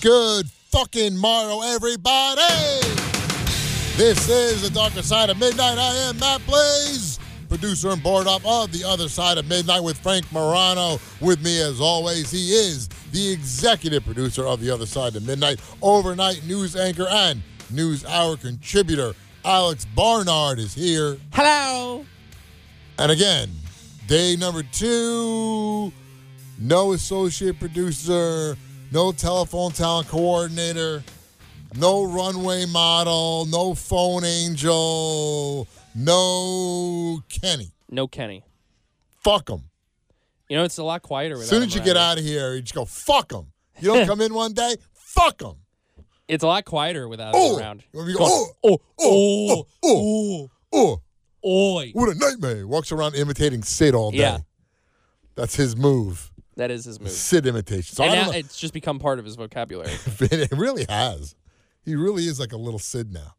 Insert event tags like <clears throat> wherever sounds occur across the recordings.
Good fucking morrow, everybody! This is The Darker Side of Midnight. I am Matt Blaze, producer and board op of The Other Side of Midnight with Frank Morano. With me, as always, he is the executive producer of The Other Side of Midnight, overnight news anchor and news hour contributor. Alex Barnard is here. Hello. And again, day number two, no associate producer, no telephone talent coordinator, no runway model, no phone angel, no Kenny. No Kenny. Fuck him. You know, it's a lot quieter As without soon as him you get around. out of here, you just go, fuck him. You don't come in one day, fuck <laughs> him. It's a lot quieter without Oh! him around. You want me to Go, go, oh, oh, oh, oh, oh, Oh, oi. what a nightmare. Walks around imitating Sid all day. Yeah. That's his move. That is his move. Sid imitation. So And I don't now know. it's just become part of his vocabulary. <laughs> it really has. He really is like a little Sid now.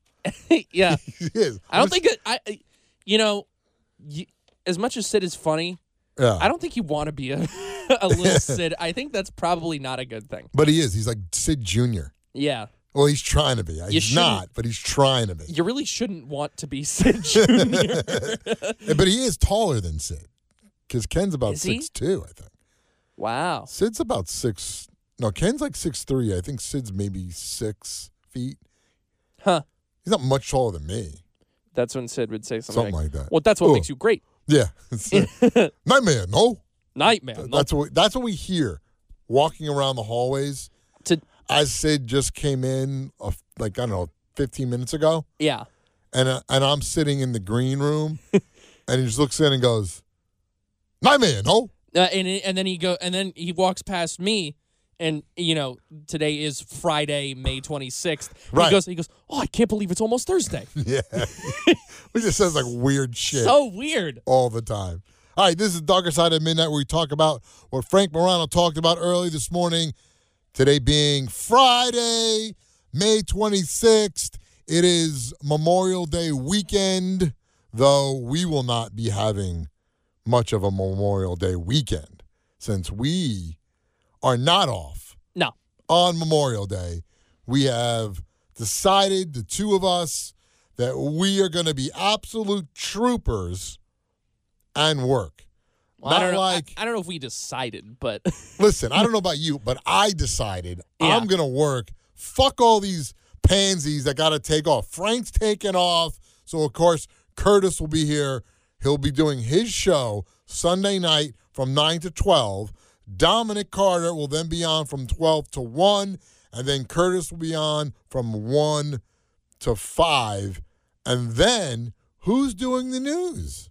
<laughs> <laughs> yeah. He is. I don't think that I, I- you know, you, as much as Sid is funny, Yeah. I don't think you want to be a, <laughs> <laughs> a little Sid. I think that's probably not a good thing. but he is. He's like Sid Jr. Yeah. Well, he's trying to be. He's shouldn't- not, but he's trying to be. <laughs> You really shouldn't want to be <laughs> Sid <laughs> Jr. but he is taller than Sid because Ken's about Is he? six two, I think. wow. Sid's about six. No, Ken's like six three. I think Sid's maybe six feet. Huh. He's not much taller than me. That's when Sid would say something, Something like that. Well, that's what Oh. makes you great. Yeah. <laughs> It's, <laughs> uh, Nightmare. No. Nightmare. No, That's what. That's what we hear walking around the hallways. to, as Sid just came in, a f like I don't know, 15 minutes ago, yeah. and uh, and I'm sitting in the green room, and he just looks in and goes, oh." "Nightmare, no." Uh, and it- and then he go and then he walks past me, and you know today is Friday, May twenty sixth. Right. He goes. He goes. Oh, I can't believe it's almost Thursday. <laughs> Yeah, he just says like weird <laughs> shit So weird. all the time. All right, this is Darker Side of Midnight, where we talk about what Frank Morano talked about early this morning. Today being Friday, May 26th. It is Memorial Day weekend, though we will not be having much of a Memorial Day weekend since we are not off No. on Memorial Day. We have decided, the two of us, that we are going to be absolute troopers and work. Well, I Not don't know. I- like- I, don't know if we decided, but <laughs> Listen, I don't know about you, but I decided Yeah. I'm going to work. Fuck all these pansies that got to take off. Frank's taking off. So, of course, Curtis will be here. He'll be doing his show Sunday night from 9 to 12. Dominic Carter will then be on from 12 to 1. And then Curtis will be on from 1 to 5. And then who's doing the news?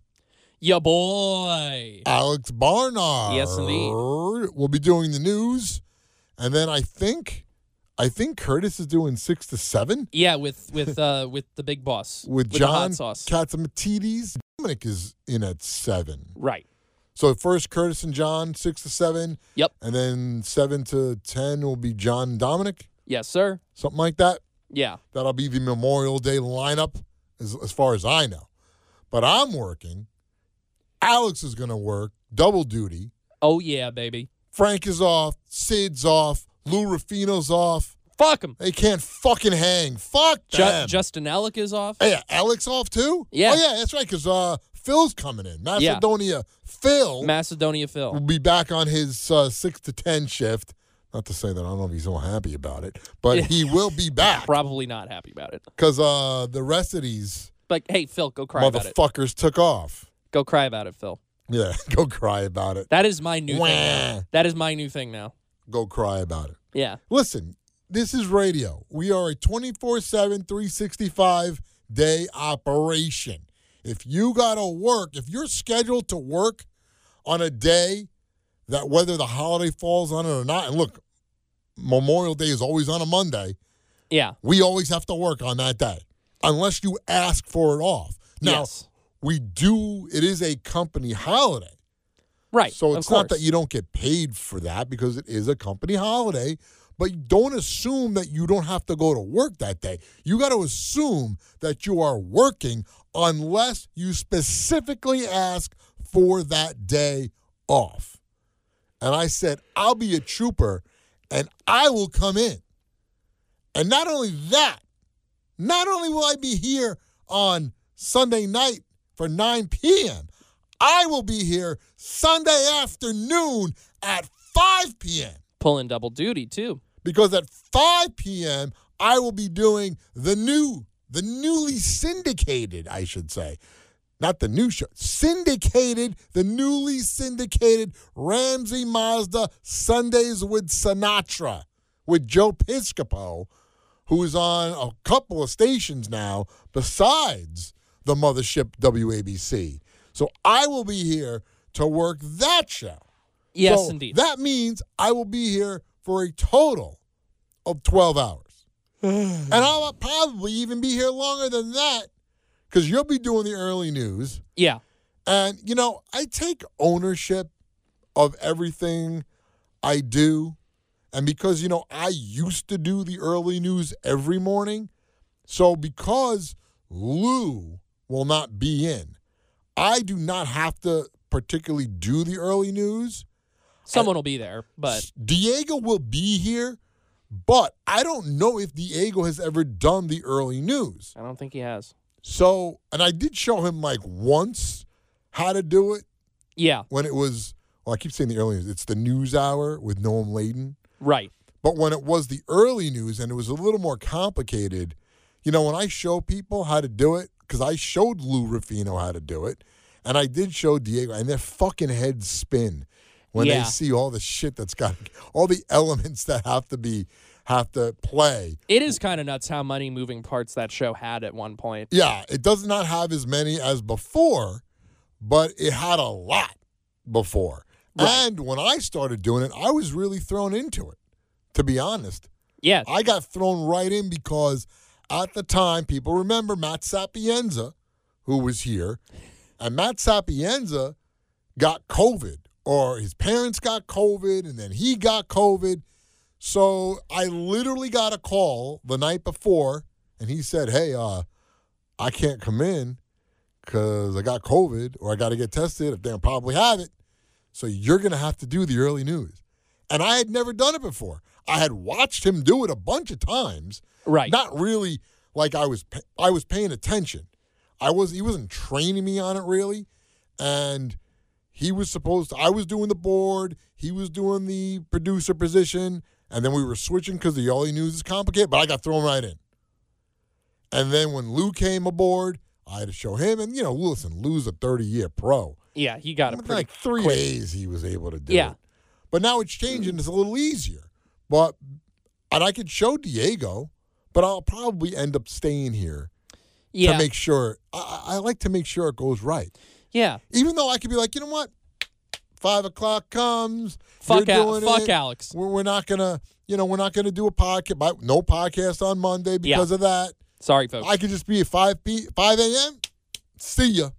yeah, boy. Alex Barnard. Yes, indeed. We'll be doing the news, and then I think, I think Curtis is doing six to seven Yeah, with with uh with the big boss <laughs> with, the John hot sauce. Katzimatidis. Dominic is in at seven. right. So first Curtis and John six to seven, Yep. and then seven to ten will be John and Dominic, Yes, sir. something like that. Yeah. That'll be the Memorial Day lineup, as, as far as I know. But I'm working. Alex is going to work double duty. Oh yeah, baby. Frank is off. Sid's off. Lou Rafino's off. Fuck him. They can't fucking hang. Fuck Ju- them. Justin Alec is off. hey, yeah, Alex off too? Yeah. Oh, yeah, that's right, because uh, Phil's coming in. Yeah. Macedonia Phil Macedonia will Phil. be back on his uh, 6 to 10 shift. Not to say that I don't know if he's so happy about it, but Yeah. he will be back Probably not happy about it. because uh, the rest of these But hey, Phil, go cry about it. motherfuckers took off. Go cry about it, Phil. Yeah, <laughs> go cry about it. That is my new thing. Wah. now. That is my new thing now. Go cry about it. Yeah. Listen, this is radio. We are a 24 7, 365 day operation. If you got to work, if you're scheduled to work on a day that whether the holiday falls on it or not, and look, Memorial Day is always on a Monday, Yeah. we always have to work on that day unless you ask for it off. Now, yes. we do, it is a company holiday. Right. So of it's not that course. you don't get paid for that because it is a company holiday, but don't assume that you don't have to go to work that day. You got to assume that you are working unless you specifically ask for that day off. And I said, I'll be a trooper and I will come in. And not only that, not only will I be here on Sunday night for 9 p.m., I will be here Sunday afternoon at 5 p.m. Pulling double duty too. because at 5 p.m. I will be doing the new, the newly syndicated, I should say, not the new show, syndicated, the newly syndicated Ramsey Mazda Sundays with Sinatra with Joe Piscopo, who is on a couple of stations now besides the mothership WABC. So I will be here to work that show. Yes, So indeed. That means I will be here for a total of 12 hours. and I'll probably even be here longer than that because you'll be doing the early news. yeah. And, you know, I take ownership of everything I do. And because, you know, I used to do the early news every morning. So because Lou will not be in, I do not have to particularly do the early news. Someone will be there, but Diego will be here, but I don't know if Diego has ever done the early news. I don't think he has. So, and I did show him like once how to do it Yeah. when it was, well, I keep saying the early news, it's the news hour with Noam Layden. Right. But when it was the early news and it was a little more complicated, you know, when I show people how to do it, because I showed Lou Rufino how to do it, and I did show Diego, and their fucking heads spin when they Yeah. see all the shit that's got all the elements that have to be have to play. It is kind of nuts how many moving parts that show had at one point. Yeah, it does not have as many as before, but it had a lot before. Right. And when I started doing it, I was really thrown into it, to be honest. Yeah. I got thrown right in because at the time, people remember Matt Sapienza, who was here, and Matt Sapienza got COVID, or his parents got COVID, and then he got COVID. So I literally got a call the night before, and he said, "Hey, uh, I can't come in because I got COVID, or I got to get tested. If they probably have it, so you're gonna have to do the early news." And I had never done it before. I had watched him do it a bunch of times, Right. not really like I was pa- I was paying attention. I was he wasn't training me on it really, and he was supposed to, I was doing the board, he was doing the producer position, and then we were switching because the all he news is complicated. But I got thrown right in, and then when Lou came aboard, I had to show him, and you know, listen, Lou's a thirty year pro. yeah. He got it pretty like three quick. days he was able to do Yeah. it. But now it's changing. It's a little easier. But and I could show Diego, but I'll probably end up staying here Yeah. to make sure. I, I I like to make sure it goes right. yeah. Even though I could be like, you know what, five o'clock comes. Fuck you're out. doing Fuck it. Alex. We're, we're not gonna, you know, we're not gonna do a podcast. No podcast on Monday because of that. Sorry, folks. I could just be at 5 p 5 a.m. See ya.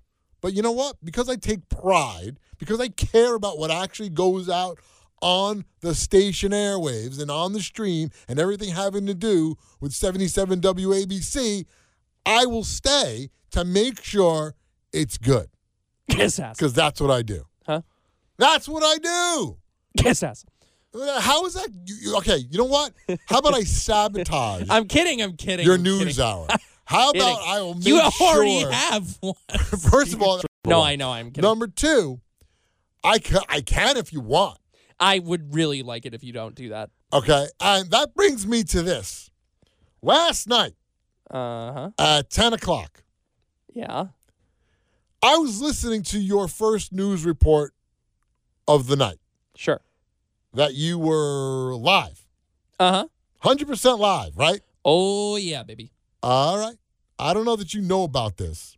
But you know what? Because I take pride, because I care about what actually goes out on the station airwaves and on the stream and everything having to do with 77 WABC, I will stay to make sure it's good Kiss ass. because that's what I do. Huh? That's what I do. Kiss ass. How is that? you- you- Okay, you know what? How about I sabotage <laughs> I'm kidding. I'm kidding. your I'm news Kidding. hour? <laughs> How Kidding. about I will make You already sure have one. <laughs> First of all, No, I know. I'm kidding. number two, I can, I can if you want. I would really like it if you don't do that. Okay, and that brings me to this. Last night Uh huh. at ten o'clock, Yeah. I was listening to your first news report of the night Sure. that you were live, Uh huh. hundred percent live, right? Oh yeah, baby. All right. I don't know that you know about this.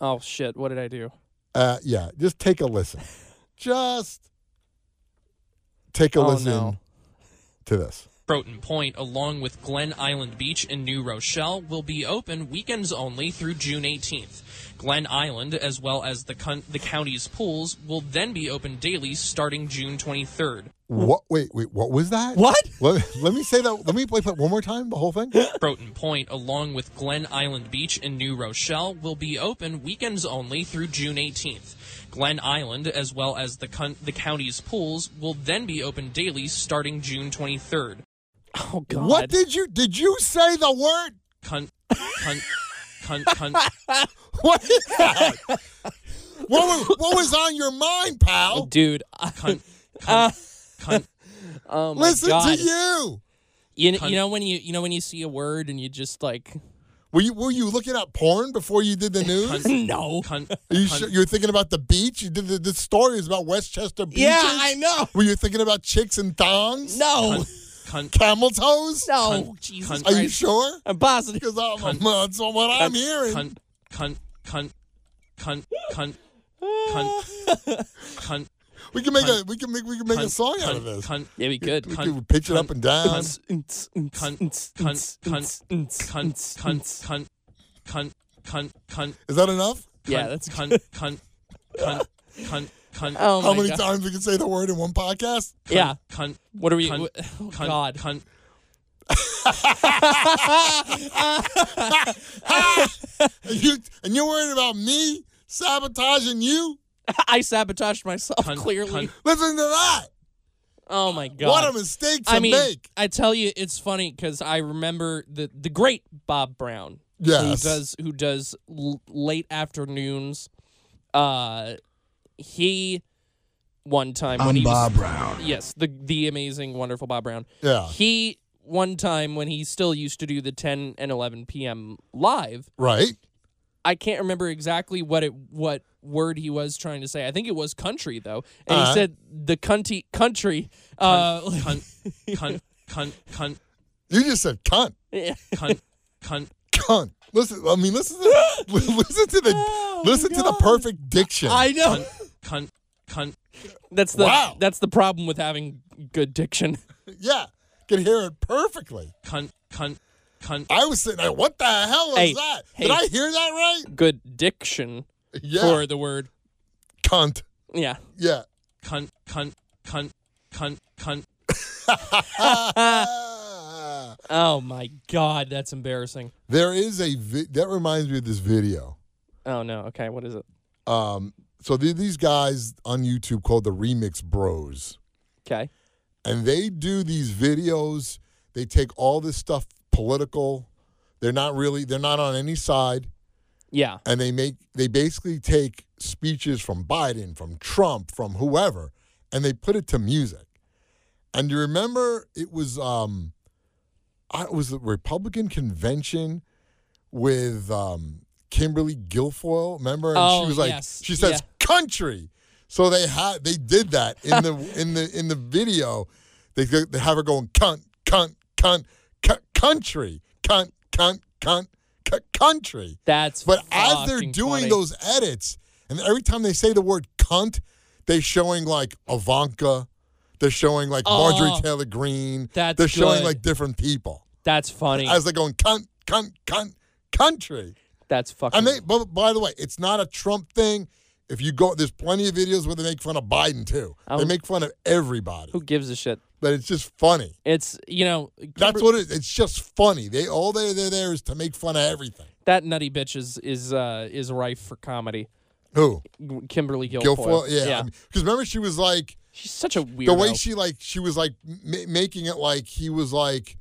Oh shit. What did I do? Uh, yeah, just take a listen. <laughs> Just take a Oh, listen no. to this. Broughton Point, along with Glen Island Beach in New Rochelle, will be open weekends only through June 18th. Glen Island, as well as the, con- the county's pools, will then be open daily starting June 23rd. What? Wait, wait. What was that? What? Let, let me say that. Let me play that one more time. The whole <laughs> thing. Broughton Point, along with Glen Island Beach in New Rochelle, will be open weekends only through June 18th. Glen Island, as well as the, con- the county's pools, will then be open daily starting June 23rd. Oh God! What did you did you say the word? <laughs> Cunt, cunt, cunt, cunt. What is that? what, was, what was on your mind, pal? <laughs> dude? I- Uh, cunt, <laughs> cunt, cunt. Oh my Listen God! to you. You, kn- Cunt. you know when you you know when you see a word and you just like Were you were you looking at porn before you <laughs> did the news? Cunt. no. Cunt, Are you cunt. sure, you were thinking about the beach. You did the, the story is about Westchester beaches. <laughs> Yeah, I know. Were you thinking about chicks and thongs? No, Cunt, cunt, Camel toes? no. Cunt. Oh. Jesus Cunt. Are you Christ! sure? I'm positive. Because I'm, Cunt. that's what I'm hearing. cunt, cunt, cunt, cunt, cunt, <laughs> cunt, We can make Cunt. a we can make we can make a cunt, song out cunt, of this. Cunt, Yeah, we could. we cunt, can pitch it up cunt, and down. cunt, cunt, cunt, cunt, cunt, cunt, cunt. Is that enough? Yeah, cunt, that's cunt, cunt, cunt, cunt, cunt. Oh How my many God. times we can say the word in one podcast? cunt, Yeah. Cunt, What are we? cunt, wh- oh cunt, God. <laughs> Cunt. And you and you're worried about me sabotaging you? I sabotaged myself Cunt, clearly. cunt. Listen to that. Oh my god. What a mistake to I mean, make. I tell you, it's funny because I remember the the great Bob Brown, Yes. who does who does l- late afternoons. Uh, he one time when he was- Brown. yes, the the amazing, wonderful Bob Brown. Yeah. He one time when he still used to do the ten and eleven p.m. live. Right. I can't remember exactly what it what word he was trying to say. I think it was country though, and Uh-huh. he said the cunty country. <laughs> Uh, cunt, cunt, cunt, cunt, You just said cunt. yeah. cunt, cunt. Cunt. Listen. I mean, listen to <laughs> listen to the Oh, listen to the God. perfect diction. I know cunt, cunt, cunt. that's the Wow. that's the problem with having good diction. yeah. Can hear it perfectly. cunt, cunt, cunt, I was sitting there. What the hell was Hey, that? hey. Did I hear that right? Good diction Yeah. for the word. cunt. Yeah. <laughs> Yeah. cunt, cunt, cunt, cunt, cunt. Ah. Oh my God, that's embarrassing. there is a vi- that reminds me of this video. Oh no. Okay, what is it? Um, so the- these guys on YouTube called the Remix Bros, Okay. and they do these videos. They take all this stuff political. They're not really. They're not on any side, Yeah. and they make. They basically take speeches from Biden, from Trump, from whoever, and they put it to music. And you remember it was um, I, it was the Republican convention with um, Kimberly Guilfoyle. Remember, and Oh, she was like, yes. she says country. So they had they did that in <laughs> the in the in the video. They go- they have her going cunt cunt cunt cunt country cunt cunt cunt cunt country. That's But as they're fucking doing funny. those edits, and every time they say the word cunt, they're showing like Ivanka, they're showing like Oh, Marjorie Taylor Greene, that's they're showing good. like different people that's funny. as they're going cunt, cunt, cunt, country. that's fucking. And they, but by the way, it's not a Trump thing. If you go, there's plenty of videos where they make fun of Biden too. They Oh. make fun of everybody, who gives a shit? but it's just funny. It's you know That's what it, it's just funny. They all they they're there is to make fun of everything. that nutty bitch is is uh is rife for comedy. Who Kimberly Guilfoyle. Guilfoyle? Yeah, because remember she was like she's such a weirdo. the way she like she was like m- making it like he was like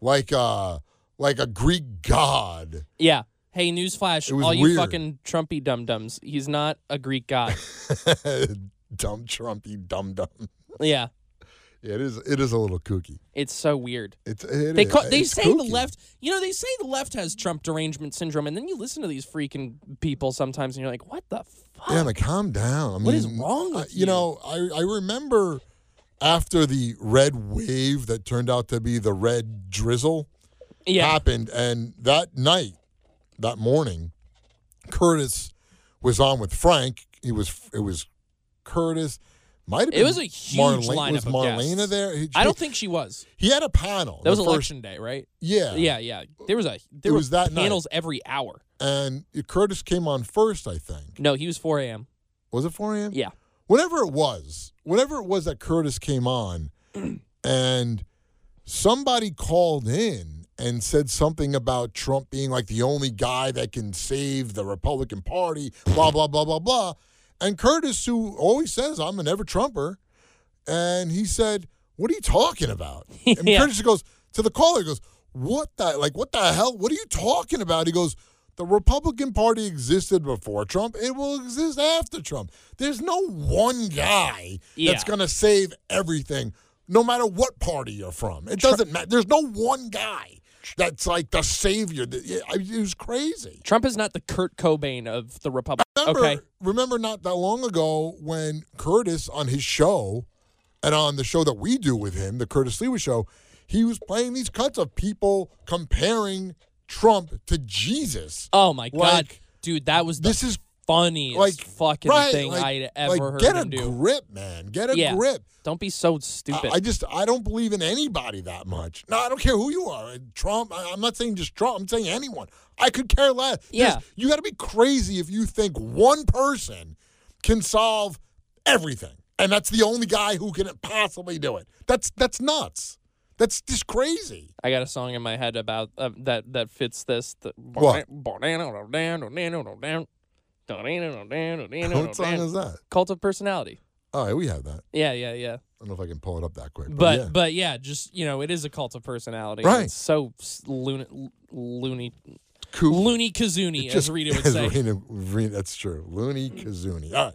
like uh like a Greek god. <laughs> yeah. Hey, newsflash! It was All you weird. fucking Trumpy dum dums. He's not a <laughs> Greek god. dumb Trumpy dum dum. yeah, Yeah, it is it is a little kooky. it's so weird. It's it They is- call, they it's say the kooky. left. You know, they say the left has Trump derangement syndrome, and then you listen to these freaking people sometimes, and you're like, what the fuck? Yeah, like calm down. I mean, What is wrong with I- you? know, I I remember after the red wave that turned out to be the red drizzle yeah, happened, and that night, that morning, Curtis was on with Frank. He was it was Curtis. Might have It been was a huge Marlene. Was lineup of Marlena guests. there? He- I don't think she was. he had a panel. That was the first- election day, right? Yeah, Yeah, yeah. There was a It there were was that night. panels every hour. And Curtis came on first, I think. No, he was 4 a.m. Was it for him? Yeah. whatever it was, whatever it was that Curtis came on, and somebody called in and said something about Trump being like the only guy that can save the Republican Party, blah, blah, blah, blah, blah. And Curtis, who always says, I'm an ever Trumper, and he said, What are you talking about? And Yeah. Curtis goes, to the caller. He goes, "What the like? What the hell? What are you talking about?" He goes, "The Republican Party existed before Trump. It will exist after Trump. There's no one guy Yeah. that's going to save everything, no matter what party you're from. It doesn't matter. There's no one guy." That's like the savior. that- yeah, I- It was crazy. Trump is not the Kurt Cobain of the Republic. Remember, Okay. remember not that long ago when Curtis on his show and on the show that we do with him, the Curtis Lewa show, he was playing these cuts of people comparing Trump to Jesus. Oh my god, Like, dude, that was the this is funniest like fucking right, thing like- I'd ever like, heard Get him a do. grip, man. Get a Yeah. grip. Don't be so I, stupid. I just I don't believe in anybody that much. No, I don't care who you are. Uh, Trump. I, I'm not saying just Trump. I'm saying anyone. I could care less. There's- Yeah. you got to be crazy if you think one person can solve everything, and that's the only guy who can possibly do it. That's that's nuts. That's just crazy. I got a song in my head about um, uh, that that fits this. The, What? What song is that? Cult of personality. All right, we have that. Yeah, yeah, yeah. I don't know if I can pull it up that quick. But, But Oh, yeah. but yeah, just you know, it is a cult of personality. Right. It's so s- loony, loony, Cool. loony kazoonie, as Rita would as say. Rita- Rita- that's true. Looney Kazoonie. All right.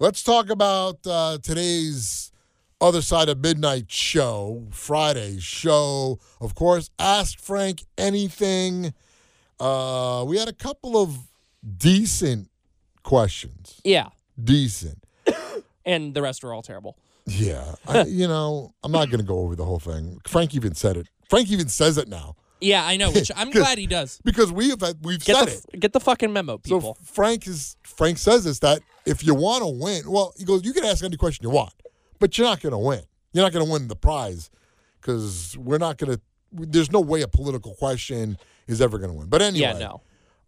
Let's talk about uh, today's Other Side of Midnight show, Friday's show. Of course, Ask Frank Anything. Uh, we had a couple of decent questions. Yeah, Decent. and the rest are all terrible. Yeah. I, you know, I'm not going to go over the whole thing. Frank even said it. Frank even says it now Yeah, I know. <laughs> Which I'm glad he does. because we have had, we've Get said the it. f- get the fucking memo, people. So Frank is Frank says this that if you want to win, well, he goes, you can ask any question you want, but you're not going to win. You're not going to win the prize because we're not going to. There's no way a political question is ever going to win. But anyway, yeah,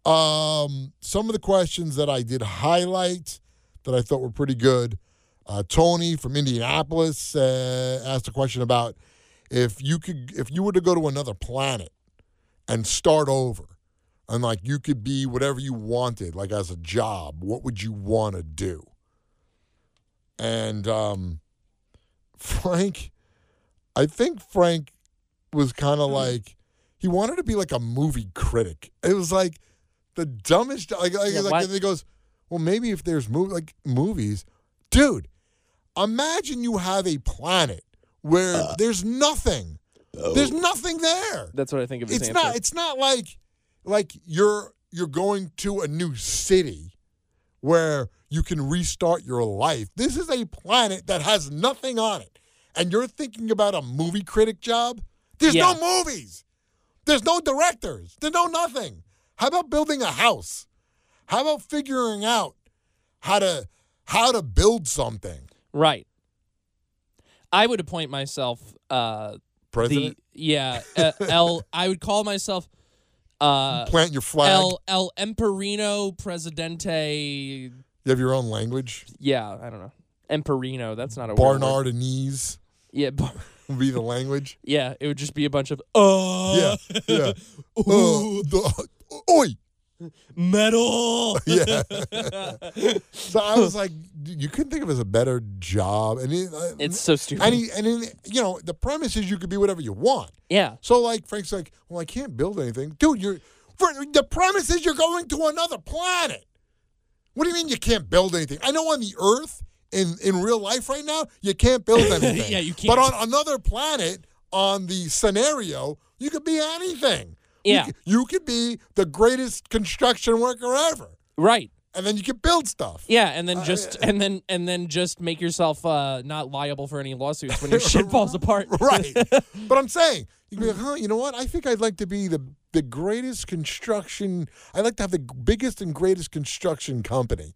no. um, some of the questions that I did highlight that I thought were pretty good. Uh, Tony from Indianapolis uh, asked a question about if you could, if you were to go to another planet and start over, and like you could be whatever you wanted, like as a job, what would you want to do? And um, <laughs> Frank, I think Frank was kind of like he wanted to be like a movie critic. It was like the dumbest. Like, like, Yeah, like what? and he goes, well, maybe if there's movie like movies, dude. Imagine you have a planet where there's nothing. There's nothing there. That's what I think of his It's answer. not. It's not like like you're you're going to a new city where you can restart your life. This is a planet that has nothing on it, and you're thinking about a movie critic job. There's Yeah. no movies. There's no directors. There's no nothing. How about building a house? How about figuring out how to how to build something? right. I would appoint myself uh, the President, yeah <laughs> uh, L. I would call myself uh, plant your flag. El El Emperino Presidente. you have your own language. Yeah, I don't know. Emperino. That's not a real word. Barnardinese Yeah, bar- would be the language. yeah. It would just be a bunch of uh, Yeah, <laughs> yeah. Uh, the, uh, oi, <laughs> metal. <laughs> yeah. so I was like, dude, you couldn't think of it as a better job, and it, uh, It's so stupid. and, he, and then, you know the premise is you could be whatever you want. yeah, So like Frank's like, well, I can't build anything, dude. You're for, the premise is you're going to another planet. What do you mean you can't build anything? I know on the Earth in in real life right now you can't <laughs> build anything. Yeah, you But can't. on another planet, on the scenario, you could be anything. You Yeah. c- you could be the greatest construction worker ever, right. and then you could build stuff. Yeah, and Uh, then just and then and then just make yourself uh, not liable for any <laughs> lawsuits when your shit falls apart. <laughs> Right. but I'm saying, you can be like, huh, you know what? I think I'd like to be the the greatest construction. I'd like to have the biggest and greatest construction company.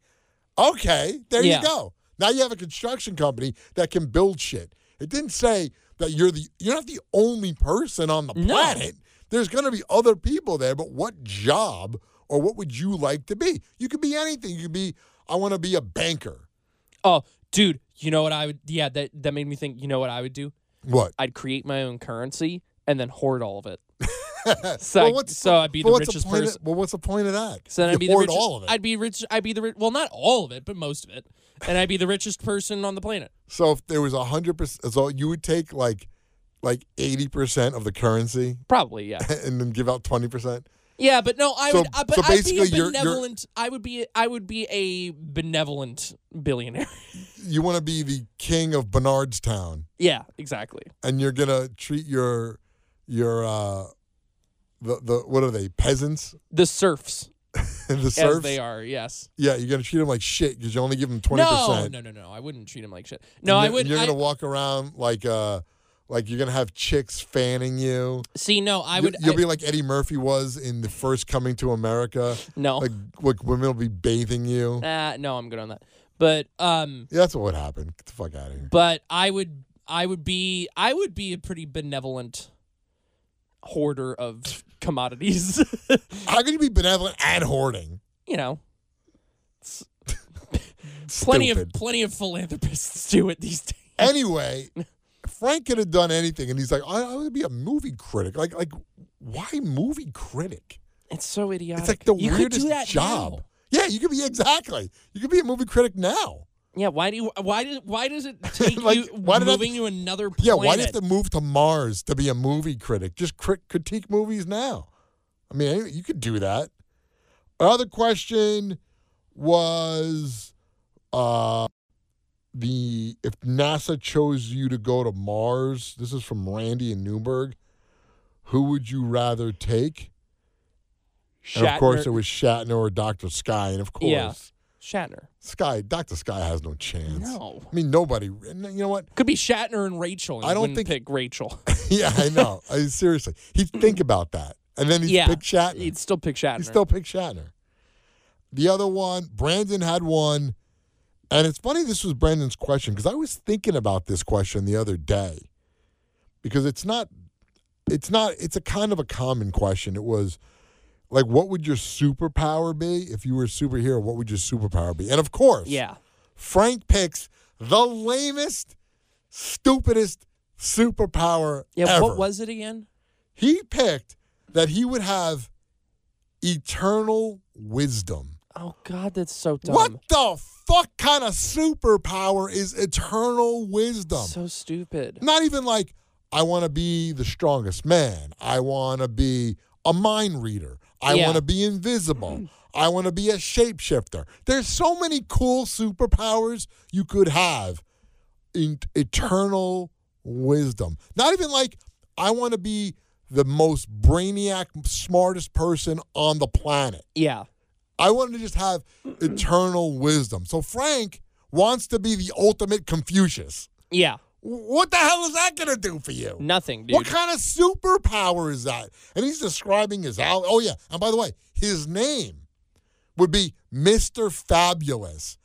Okay, there Yeah. you go. Now you have a construction company that can build shit. It didn't say that you're the you're not the only person on the planet. There's going to be other people there, but what job or what would you like to be? You could be anything. You could be I want to be a banker. Oh, dude, you know what I would? Yeah, that that made me think. You know what I would do? What? I'd create my own currency and then hoard all of it. so Well, I, what's- so I'd be but the what's richest point of- person. well, what's the point of that? So then you I'd be the hoard richest. all of it. I'd be rich. I'd be the rich. Well, not all of it, but most of it. And I'd be the richest person on the planet. so if there was a hundred percent, so you would take like like eighty percent of the currency Probably, <laughs> yeah. and then give out twenty percent. Yeah, but no, I So- would. Uh, but so I'd be basically a you're- you're- benevolent. I would be. I would be a benevolent billionaire. <laughs> You want to be the king of Bernardstown. yeah, exactly. and you're gonna treat your your uh the the what are they peasants <laughs> The serfs, and the as serfs they are. Yes. yeah you're gonna treat them like shit because you only give them 20% No, no, no, no. I wouldn't treat him like shit. No, I And would. you're I, gonna walk around like uh like you're gonna have chicks fanning you see, no, I You- would. you'll I- be like eddie murphy was in the first coming to america no, like like women will be bathing you uh, no. I'm good on Oh. that. But um, yeah, that's what would happen get the fuck out of here but I would. I would be. I would be a pretty benevolent hoarder of commodities. <laughs> how can you be benevolent and hoarding you know, plenty Stupid. of plenty of philanthropists do it these days. anyway, Frank could have done anything, and he's like, I, I would be a movie critic. Like, like, why movie critic? It's so idiotic. It's like the you weirdest could do that job. now. Yeah, you could be exactly. You could be a movie critic now. Yeah, why do you, why does why <laughs> does it take Like, you why did I- moving to another planet? Yeah, why do you have to move to Mars to be a movie critic? Just crit- critique movies now. I mean, any- you could do that. Another question was uh, the if NASA chose you to go to Mars. This is from Randy in Newburgh. Who would you rather take? And of course, Shatner- it was Shatner or Doctor Sky, and of course, Yeah. Shatner. Sky. Doctor Sky has no chance. No. I mean, nobody. You know what? Could be Shatner and Rachel. And I I don't don't think- <laughs> pick Rachel. yeah, I know. I mean, seriously, he'd think about that, and then he'd yeah, pick Shatner. He'd still pick Shatner. He'd still pick Shatner. The other one, Brandon had one, and it's funny this was Brandon's question because I was thinking about this question the other day because it's not, it's not, it's a kind of a common question. It was like, what would your superpower be if you were a superhero? What would your superpower be? And of course, yeah, Frank picks the lamest, stupidest superpower yeah. ever. What was it again? he picked that he would have eternal wisdom. Oh God, that's so dumb. What the fuck kind of superpower is eternal wisdom? So stupid. Not even like I want to be the strongest man. I want to be a mind reader. I Yeah. want to be invisible. I want to be a shapeshifter. There's so many cool superpowers you could have in eternal wisdom. Not even like I want to be the most brainiac, smartest person on the planet. Yeah, I want to just have eternal wisdom. So Frank wants to be the ultimate Confucius. yeah. What the hell is that going to do for you? Nothing, dude. What kind of superpower is that? And he's describing his out. Oh yeah, and by the way, his name would be Mister <laughs> Fabulous.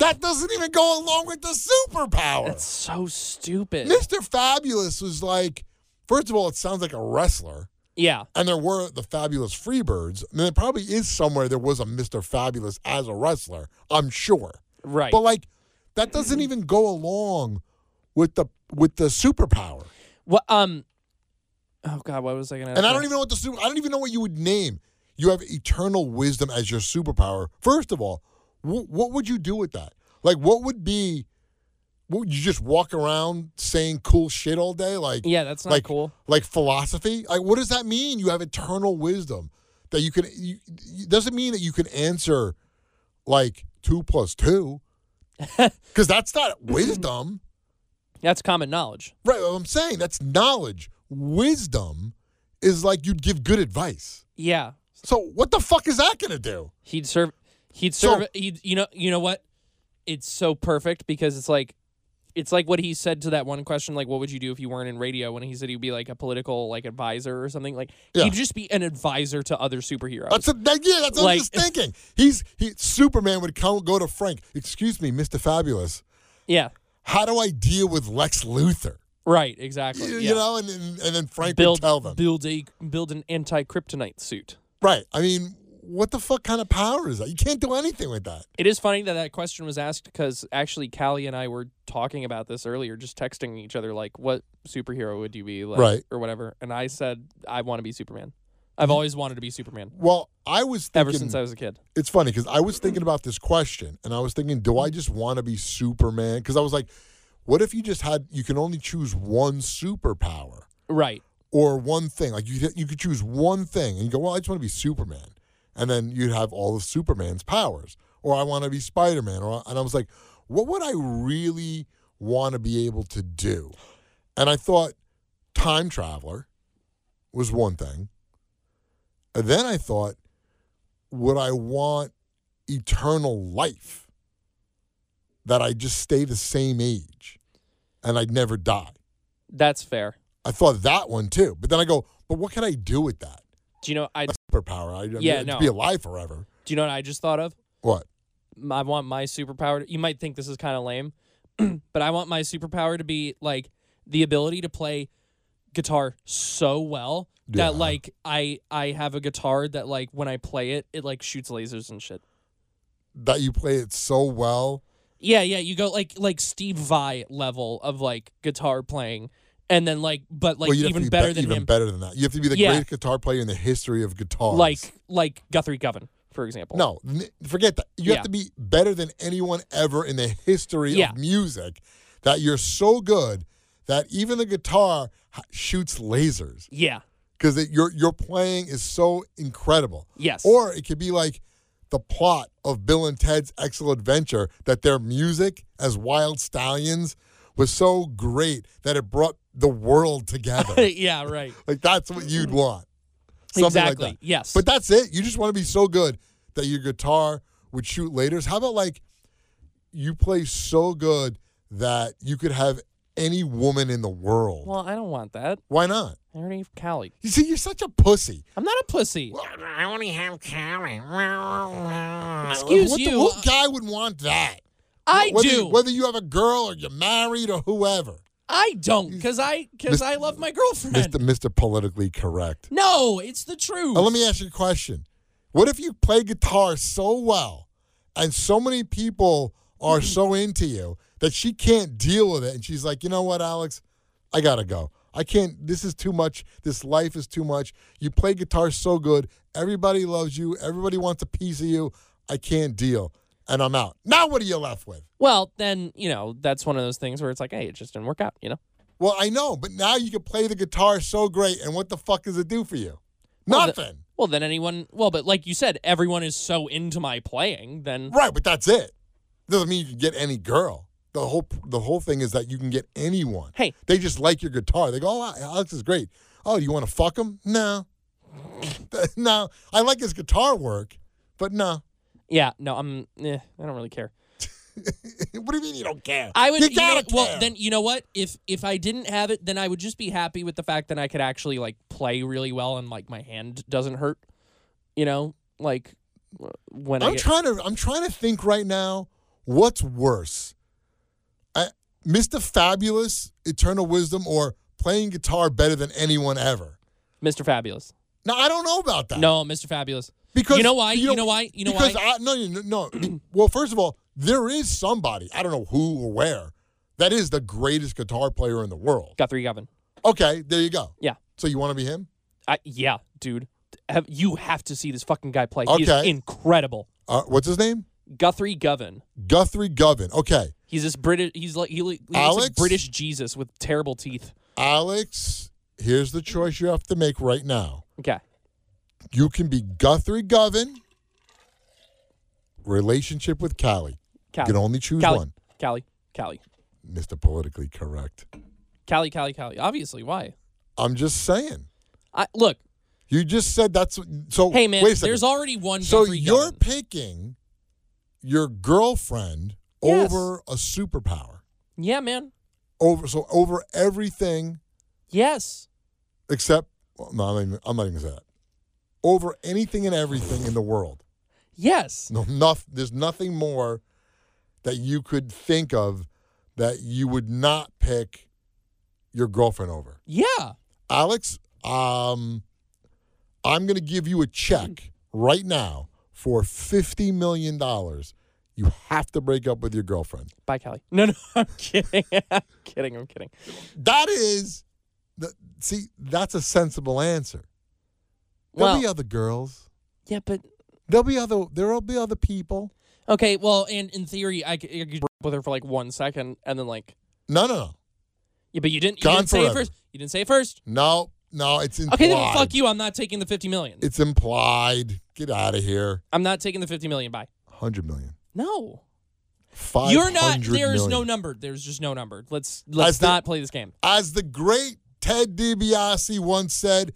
That doesn't even go along with the that's superpower. so stupid. Mister Fabulous was like, first of all, it sounds like a wrestler, yeah, and there were the Fabulous Freebirds, and there probably is somewhere there was a Mister Fabulous as a wrestler. I'm sure, right. but like that doesn't even go along with the with the superpower. what? Um. Oh God, what was I gonna? And I don't even know what the super. I don't even know what you would name. You have eternal wisdom as your superpower. First of all, wh- what would you do with that? Like, what would be? What would you just walk around saying cool shit all day? Like, Yeah, that's not like, cool. Like philosophy. Like, what does that mean? You have eternal wisdom that you can. You, it doesn't mean that you can answer like two plus <laughs> two, because that's not wisdom. That's common knowledge. Right. What I'm saying that's knowledge. Wisdom is like you'd give good advice. Yeah, So what the fuck is that gonna do? He'd serve. He'd So- serve. he'd, you know. You know what? It's so perfect because it's like, it's like what he said to that one question, like, "What would you do if you weren't in radio?" When he said he'd be like a political like advisor or something. Like Yeah. he'd just be an advisor to other superheroes. That's a, that, yeah. That's what I Like- was just thinking. He's he, Superman would come go to Frank. Excuse me, Mister Fabulous. yeah, How do I deal with Lex Luthor? Right, exactly. You, yeah. you know, and, and, and then Frank build would tell them. build a build an anti kryptonite suit. Right. I mean, what the fuck kind of power is that? You can't do anything with that. It is funny that that question was asked because actually Callie and I were talking about this earlier, just texting each other like, "What superhero would you be?" Like, Right. or whatever. And I said, "I want to be Superman. I've always wanted to be Superman Well, I was thinking, ever since I was a kid." it's funny because I was thinking about this question and I was thinking, do I just want to be Superman? Because I was like, what if you just had, you can only choose one superpower Right. or one thing? Like you, you could choose one thing and you go, well, I just want to be Superman. And then you'd have all of Superman's powers or I want to be Spider Man. Or And I was like, what would I really want to be able to do? And I thought, time traveler was one thing. And then I thought, would I want eternal life? That I just stay the same age and I'd never die. That's fair. I thought that one too. But then I go, but what could I do with that? Do you know? I do That's superpower. I, I Yeah, I'd no. be alive forever. you know what I just thought of? What? m- I want my superpower. To, you might think this is kind of lame, <clears throat> but I want my superpower to be like the ability to play guitar so well Yeah. that like I I have a guitar that like when I play it it like shoots lasers and shit. That you play it so well. Yeah, yeah, you go like like Steve Vai level of like guitar playing, and then like but like well, you'd have to even be better be- than even him, better than that. You have to be the Yeah. greatest guitar player in the history of guitars. like like Guthrie Govan, for example. No, n- forget that. You Yeah. have to be better than anyone ever in the history Yeah. of music that you're so good that even the guitar h- shoots lasers Yeah. because your your playing is so incredible. Yes. Or it could be like the plot of Bill and Ted's Excellent Adventure that their music as wild stallions was so great that it brought the world <laughs> together. <laughs> yeah. Right. like that's what you'd want. Something exactly. Like that. Yes. But that's it. You just want to be so good that your guitar would shoot lasers. How about like you play so good that you could have any woman in the world? well, I don't want that. Why not? I already have Callie. You see, you're such a pussy. I'm not a pussy. I only have Callie. Excuse what you. uh, The, what guy would want that? I whether, do. Whether you have a girl or you're married or whoever. I don't, because I because I love my girlfriend. Mr. Mr. Politically Correct. No, it's the truth. Now, let me ask you a question. What if you play guitar so well and so many people are so into you that she can't deal with it and she's like, you know what, Alex? I gotta go. I can't, this is too much. This life is too much. You play guitar so good. Everybody loves you. Everybody wants a piece of you. I can't deal. And I'm out. Now, what are you left with? well, then you know that's one of those things where it's like, hey, it just didn't work out. You know, Well, I know, but now you can play the guitar so great, and what the fuck does it do for you? Nothing. well then anyone. Well, but like you said, everyone is so into my playing. Then right, but that's it. Doesn't mean you can get any girl. The whole the whole thing is that you can get anyone. Hey. they just like your guitar. They go, "Oh, Alex is great." Oh, you want to fuck him? No, <laughs> no. I like his guitar work, but no. <laughs> yeah, no, I'm. Eh, I don't really care. what do you mean you don't care? I would. You you know- gotta well, care. then you know what? If if I didn't have it, then I would just be happy with the fact that I could actually like play really well and like my hand doesn't hurt. You know, like w- when I I'm get, trying to I'm trying to think right now what's worse. I, Mr. Fabulous, Eternal Wisdom or playing guitar better than anyone ever. Mr. Fabulous. Now I don't know about that. No, Mr. Fabulous. Because you know why? You know, why? You know because why? I, no, you- no, <clears throat> no. well, first of all, there is somebody, I don't know who or where, that is the greatest guitar player in the world. Guthrie Govan. Okay, there you go. Yeah. So you want to be him? I, yeah, dude. Have, you have to see this fucking guy play. He's Okay. incredible. Uh, what's his name? Guthrie Govan. Guthrie Govan. Okay. He's this British. He's like he, lo- he looks Alex? like British Jesus with terrible teeth. Alex, here's the choice you have to make right now. Okay. You can be Guthrie Govan. Relationship with Callie. Callie. You can only choose Callie. one. Callie. Callie. Mr. Politically Correct. Callie. Callie. Callie. Obviously, why? I'm just saying. I look. You just said that's so. Hey man, wait a second. there's already one. so Guthrie you're Govan. picking your girlfriend Yes. over a superpower, yeah, man. over so over everything Yes. except. Well, no, I'm not even, I'm not even gonna say that. Over anything and everything in the world. Yes. No, noth- there's nothing more that you could think of that you would not pick your girlfriend over. Yeah. Alex, um, I'm going to give you a check right now for $50 million. You have to break up with your girlfriend. Bye, Kelly. No, <laughs> no, I'm kidding. I'm kidding. I'm kidding. That is, the, see, that's a sensible answer. There'll Well, be other girls. yeah, but There'll be other. There'll be other people. okay. Well, and in theory, I could, I could break up with her for like one second, and then like, No, no, no, yeah, but you didn't. You Gone didn't say it forever. first. You didn't say it first. no, no. It's implied. Okay, then fuck you. I'm not taking the fifty million. It's implied. Get out of here. I'm not taking the fifty million. Bye. Hundred million. No, Five. you're not. There is no number. There's just no number. Let's let's the- not play this game. As the great Ted DiBiase once said,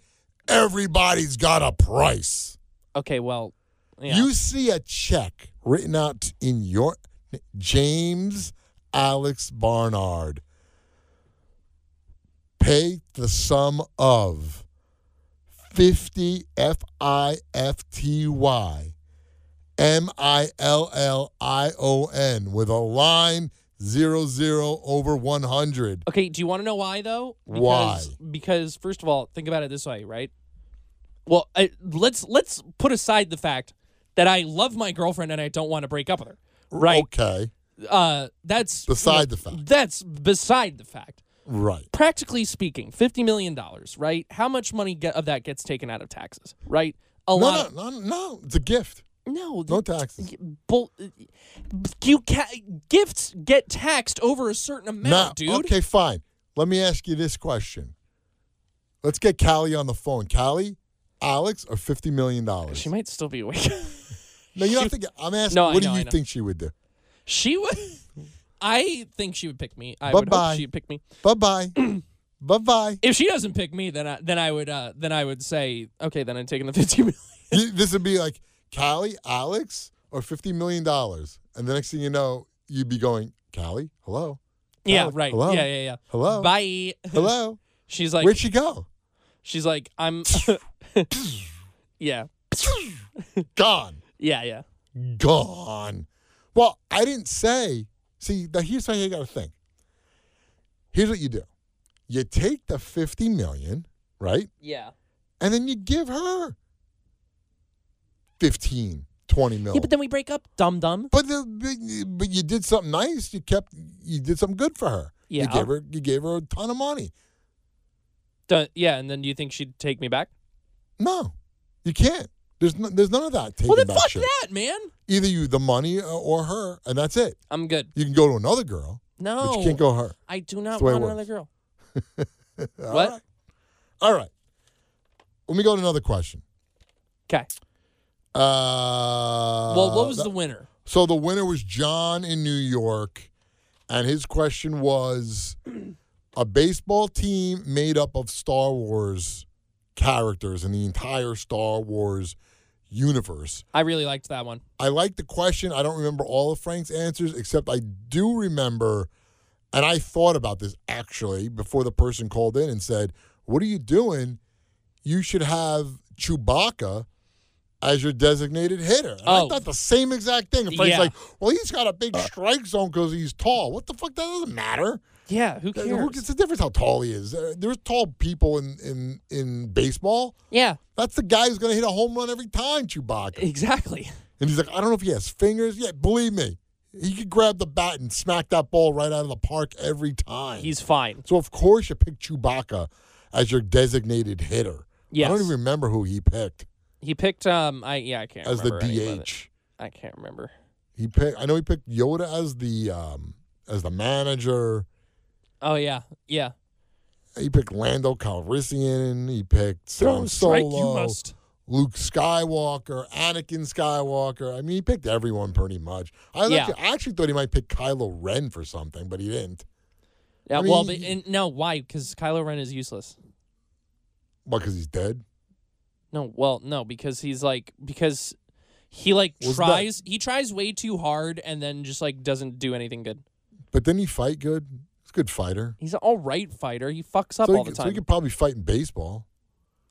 "Everybody's got a price." Okay. Well, yeah. You see a check written out in your James Alex Barnard. Pay the sum of 50 F I F T Y M I L L I O N with a line 00 over 100. Okay, do you want to know why though? Why? Because, because first of all, think about it this way, right? Well, I, let's let's put aside the fact that I love my girlfriend and I don't want to break up with her. Right. Okay. Uh, that's Beside the fact. That's beside the fact. Right. Practically speaking, fifty million dollars, right? How much money get, of that gets taken out of taxes, right? A No, lot. no, no, no. It's a gift. No, No taxes. bull, you ca- gifts get taxed over a certain amount, dude. Okay, fine. Let me ask you this question. Let's get Callie on the phone. Callie, Alex, or fifty million dollars? She might still be awake. <laughs> No, you don't think. I'm asking. No, I what know, do I you know. think she would do? She would. <laughs> I think she would pick me. I would hope Bye-bye. she'd pick me. Bye <clears throat> bye. bye <laughs> bye. If she doesn't pick me, then I, then I would uh, then I would say okay. Then I'm taking the <laughs> fifty million. This would be like Callie, Alex, or fifty million dollars. And the next thing you know, you'd be going, Callie, hello, yeah, Alex, right. Oh, hello? Yeah, yeah, yeah. Hello? Bye. hello. She's like Where'd she go? she's like I'm. <laughs> yeah, Gone. yeah, yeah. gone. Well, I didn't say. See, now here's how you got to think. Here's what you do: you take the fifty million, right, Yeah. and then you give her 15, 20 million. Yeah, but then we break up, dum dum. but, the, but- but you did something nice. You kept. You did something good for her. Yeah. You gave her. You gave her a ton of money. Dun- Yeah, and then do you think she'd take me back? No, you can't. There's no, there's none of that. Taking well, then back fuck shit. that, man. Either you the money or, or her, and that's it. I'm good. You can go to another girl, No, but you can't go her. I do not the way it want another works. <laughs> girl. All What? right. All right. Let me go to another question. Okay. Uh, Well, what was the winner? So the winner was John in New York, and his question was <clears throat> a baseball team made up of Star Wars characters in the entire Star Wars universe. I really liked that one. I like the question. I don't remember all of Frank's answers, except I do remember, and I thought about this actually before the person called in and said, What are you doing? You should have Chewbacca as your designated hitter. And Oh. I thought the same exact thing. And Frank's Yeah. like, Well, he's got a big strike zone because he's tall. What the fuck? That doesn't matter. Yeah, who That- cares? Who gets the difference how tall he is? Uh, There's tall people in, in, in baseball. yeah, That's the guy who's going to hit a home run every time, Chewbacca. exactly. <laughs> And he's like, I don't know if he has fingers. Yeah, believe me, he could grab the bat and smack that ball right out of the park every time. He's fine. so of course you pick Chewbacca as your designated hitter. I Yes. don't even remember who he picked He picked um I yeah, I can't as the remember any of it. DH. I can't remember. He picked. I know he picked Yoda as the um, as the manager. Oh yeah. Yeah. He picked Lando Calrissian. He picked Han Solo, Luke Skywalker, Anakin Skywalker. I mean, he picked everyone pretty much. I, Yeah. actually, I actually thought he might pick Kylo Ren for something, but he didn't. Yeah, I mean, well y- but, and, no, why? Because Kylo Ren is useless. What? Because he's dead. No, well, no, because he's like because he like Was that- tries he tries way too hard and then just like doesn't do anything good. But didn't he fight good? He's a good fighter. He's an all right fighter. He fucks up so, all he, the could- so time. he could probably fight in baseball.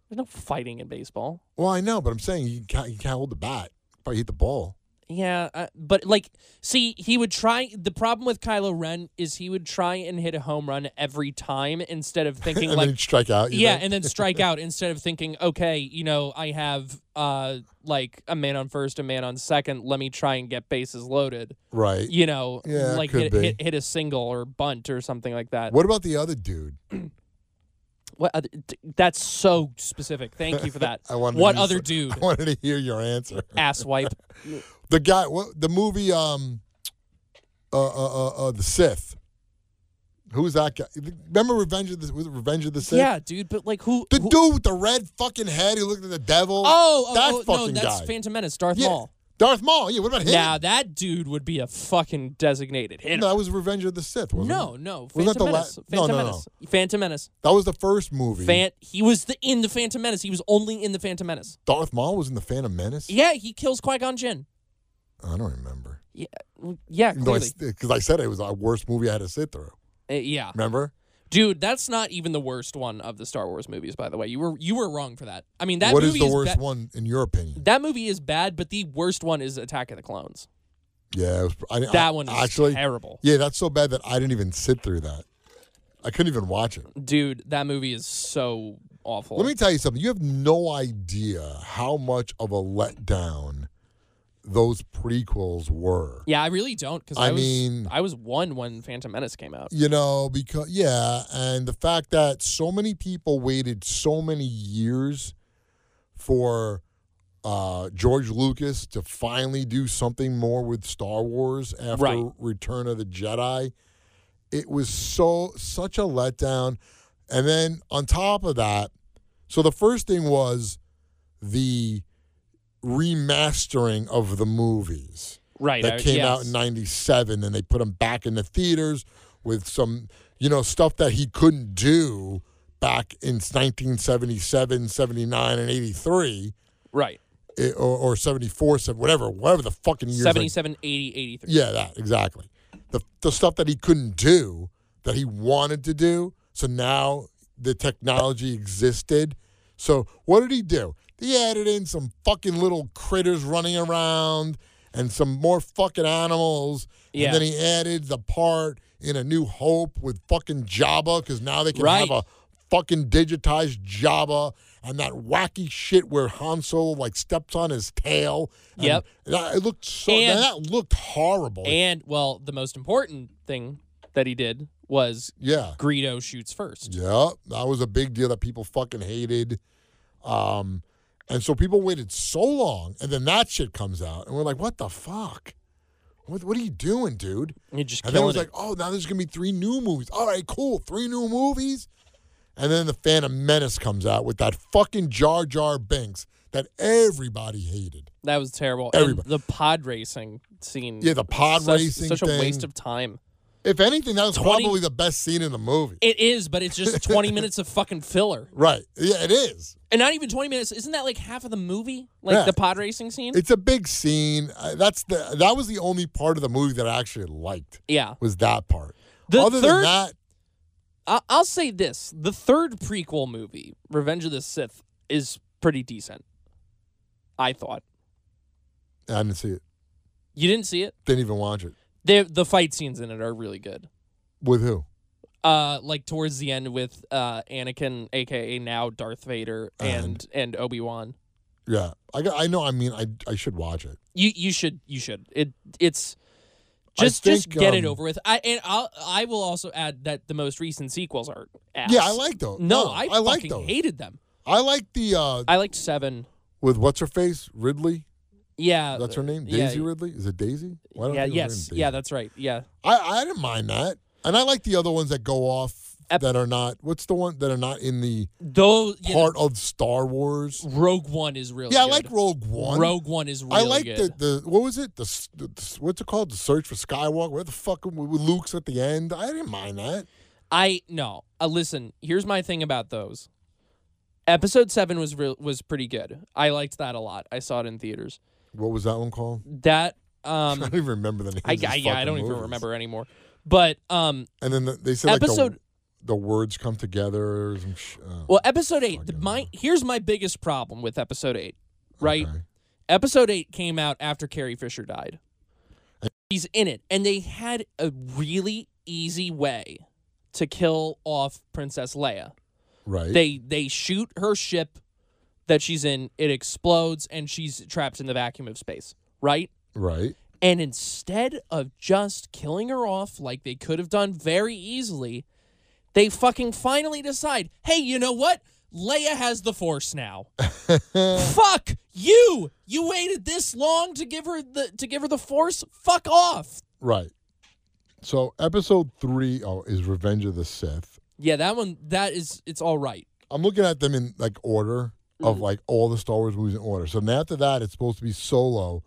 There's no fighting in baseball. Well, I know, but I'm saying he can't, he can't hold the bat. Probably hit the ball. Yeah, uh, but like, see, he would try. The problem with Kylo Ren is he would try and hit a home run every time <laughs> instead of thinking and like, then he'd strike out. you yeah, think? and <laughs> then strike out instead of thinking, okay, you know, I have uh like a man on first, a man on second. Let me try and get bases loaded. right. You know, Yeah, it like could hit, be. hit hit a single or bunt or something like that. What about the other dude? What other, d- that's so specific. Thank you for that. <laughs> I wanted what to- other dude? <laughs> I wanted to hear your answer. Asswipe. The guy, what, the movie, um, uh, uh, uh, uh, the Sith. Who's that guy? Remember Revenge of the was it Revenge of the Sith? Yeah, dude. But like, who? The who- dude with the red fucking head who looked at the devil. Oh, oh, that oh, no, fucking that's guy. Phantom Menace, Darth Yeah. Maul. Darth Maul. Yeah, what about him? Now that dude would be a fucking designated hitter. no, that was Revenge of the Sith. Wasn't no, it? no, Was that Phantom the la- Menace. No, Phantom no, no. Menace. Phantom Menace. that was the first movie. Fan- he was the, in the Phantom Menace. He was only in the Phantom Menace. Darth Maul was in the Phantom Menace. Yeah, he kills Qui Gon Jinn. I don't remember. Yeah, yeah, clearly. Because I, said it was the worst movie I had to sit through. Uh, yeah, Remember? dude, that's not even the worst one of the Star Wars movies. By the way, you were you were wrong for that. I mean, that What is movie the worst ba- one in your opinion? That movie is bad, but the worst one is Attack of the Clones. yeah, it was, I, didn't- I- That one is actually. terrible, Yeah, that's so bad that I didn't even sit through that. I couldn't even watch it. dude. That movie is so awful. Let me tell you something. You have no idea how much of a letdown those prequels were. yeah, I really don't because I I, was mean- I was one when Phantom Menace came out. You know, because yeah, and the fact that so many people waited so many years for uh, George Lucas to finally do something more with Star Wars after Right. Return of the Jedi, it was so such a letdown. And then on top of that, so the first thing was the remastering of the movies Right, I- that came yes. out in 97 and they put him back in the theaters with some you know stuff that he couldn't do back in 1977 79 and 83 right eh, or, or 74 sev- whatever whatever the fucking years they- 77, 80, 83. yeah that exactly the, the stuff that he couldn't do that he wanted to do so now the technology existed so what did he do he added in some fucking little critters running around and some more fucking animals Yeah. and then he added the part in a new hope with fucking jabba because now they can have a Right. fucking digitized jabba and that wacky shit where han solo like steps on his tail and Yep. that- it looked so And- that looked horrible. And well, the most important thing that he did was yeah. Greedo shoots first. Yeah. That was a big deal that people fucking hated. Um, and so people waited so long, and then that shit comes out, and we're like, what the fuck? What, what are you doing, dude? He just And then it killing was it. like, oh, now there's going to be three new movies. All right, cool. Three new movies. And then The Phantom Menace comes out with that fucking Jar Jar Binks that everybody hated. that was terrible. And Everybody- the pod racing scene. Yeah, the pod such, racing Such a thing. waste of time. If anything, that was 20 probably the best scene in the movie. It is, but it's just <laughs> 20 minutes of fucking filler. right. Yeah, it is. And not even 20 minutes. Isn't that like half of the movie? Like Yeah. the pod racing scene? It's a big scene. Uh, That's the that was the only part of the movie that I actually liked yeah. was that part. The Other than third- that, I- I'll say this the third prequel movie, Revenge of the Sith, is pretty decent. I thought. I didn't see it. You didn't see it? Didn't even watch it. The, the fight scenes in it are really good. With who? uh like towards the end with uh Anakin aka now Darth Vader Uh-huh. and and, Obi-Wan. Yeah, I got, I know. I mean, I I should watch it. You you should you should. It it's I just just think, get it um, over with. I and I'll I will also add that the most recent sequels are ass. Yeah, I like those. No, No, I, I like fucking those. hated them. I like the uh I liked 7. with what's her face Ridley. Yeah. That's her name, Uh, yeah, Daisy Ridley. Is it Daisy? Why don't I Yeah, think it was her yes. name, Yeah, Daisy? that's right. Yeah. I I didn't mind that, and I like the other ones that go off Ep- that are not. What's the one that are not in the Though you know, part of Star Wars? Rogue One is really Yeah, I good. like Rogue One. Rogue One is really I like good. the the what was it the, s- the s- what's it called the search for Skywalker where the fuck with with Luke's at the end I didn't mind that I no. Uh, listen, here's my thing about those. Episode seven was real was pretty good. I liked that a lot. I saw it in theaters. what was that one called <laughs> That I don't um, even remember the name I, I, yeah, I don't even remember anymore. But um, and then the, they said like Episode- the, the words come together or some sh- uh, well, episode eight. Fucking My here's my biggest problem with episode eight. Right, okay. Episode 8 came out after Carrie Fisher died. He's in it. And they had a really easy way to kill off Princess Leia. Right. They they shoot her ship that she's in, it explodes and she's trapped in the vacuum of space, right? right. And instead of just killing her off like they could have done very easily, they fucking finally decide, hey, you know what? Leia has the <laughs> force now. Fuck you! You waited this long to give her the to give her the force? Fuck off. Right. So episode three oh, is Revenge of the Sith. Yeah, that one that is it's all right. I'm looking at them in like order Mm-hmm. of like all the Star Wars movies in order. So now after that, it's supposed to be Solo,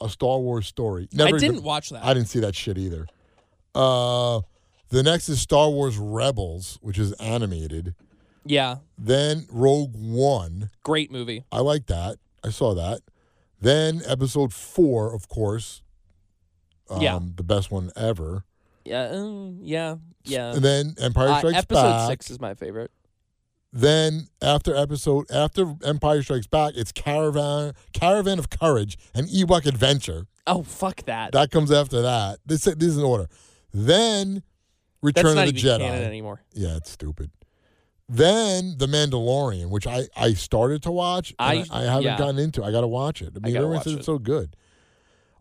a Star Wars story. I didn't even- watch that. I didn't see that shit either. Uh, the next is Star Wars Rebels, which is animated. yeah. Then Rogue One. Great movie. I like that. I saw that. Then episode four, of course. Um, Yeah. The best one ever. Yeah, um, yeah, yeah. and then Empire Uh, Strikes episode Back. six is my favorite. Then after episode after Empire Strikes Back, it's Caravan Caravan of Courage and Ewok Adventure. Oh fuck that! That comes after that. This this is in order. Then That's Return not of the even Jedi. canon anymore. Yeah, it's stupid. Then The Mandalorian, which I, I started to watch, and I- I, haven't yeah. gotten into. I got to watch it. I mean, gotta everyone watch says it. it's so good.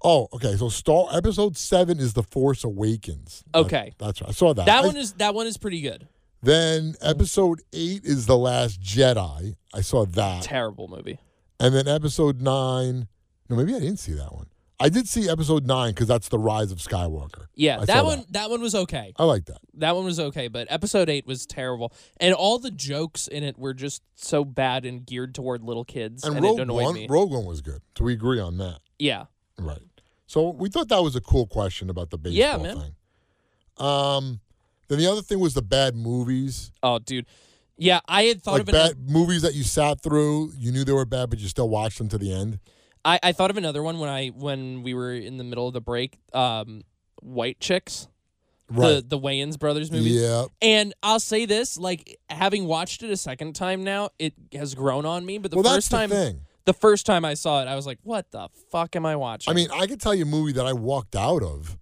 Oh, okay. So Star Episode Seven is The Force Awakens. That- Okay. that's right. I saw that. That I- one is that one is pretty good. Then Episode Eight is The Last Jedi. I saw that. Terrible movie. And then episode nine. No, maybe I didn't see that one. I did see episode nine because that's the rise of Skywalker. Yeah, I that saw one that. one was okay. I like that. That one was okay, but episode 8 was terrible. And all the jokes in it were just so bad and geared toward little kids And, and, Rogue it annoyed One, me. Rogue One was good. So we agree on that, yeah. right? So we thought that was a cool question about the baseball Yeah, man. thing. Um, then the other thing was the bad movies, Oh, dude. Yeah, I had thought like of an bad movies that you sat through. You knew they were bad, but you still watched them to the end. I, I thought of another one when I when we were in the middle of the break, um White Chicks, the Right? the Wayans brothers movies. Yeah. And I'll say this, like having watched it a second time now, it has grown on me. But the well, that's first time, the thing. the first time I saw it, I was like, "What the fuck am I watching?" I mean, I could tell you a movie that I walked out of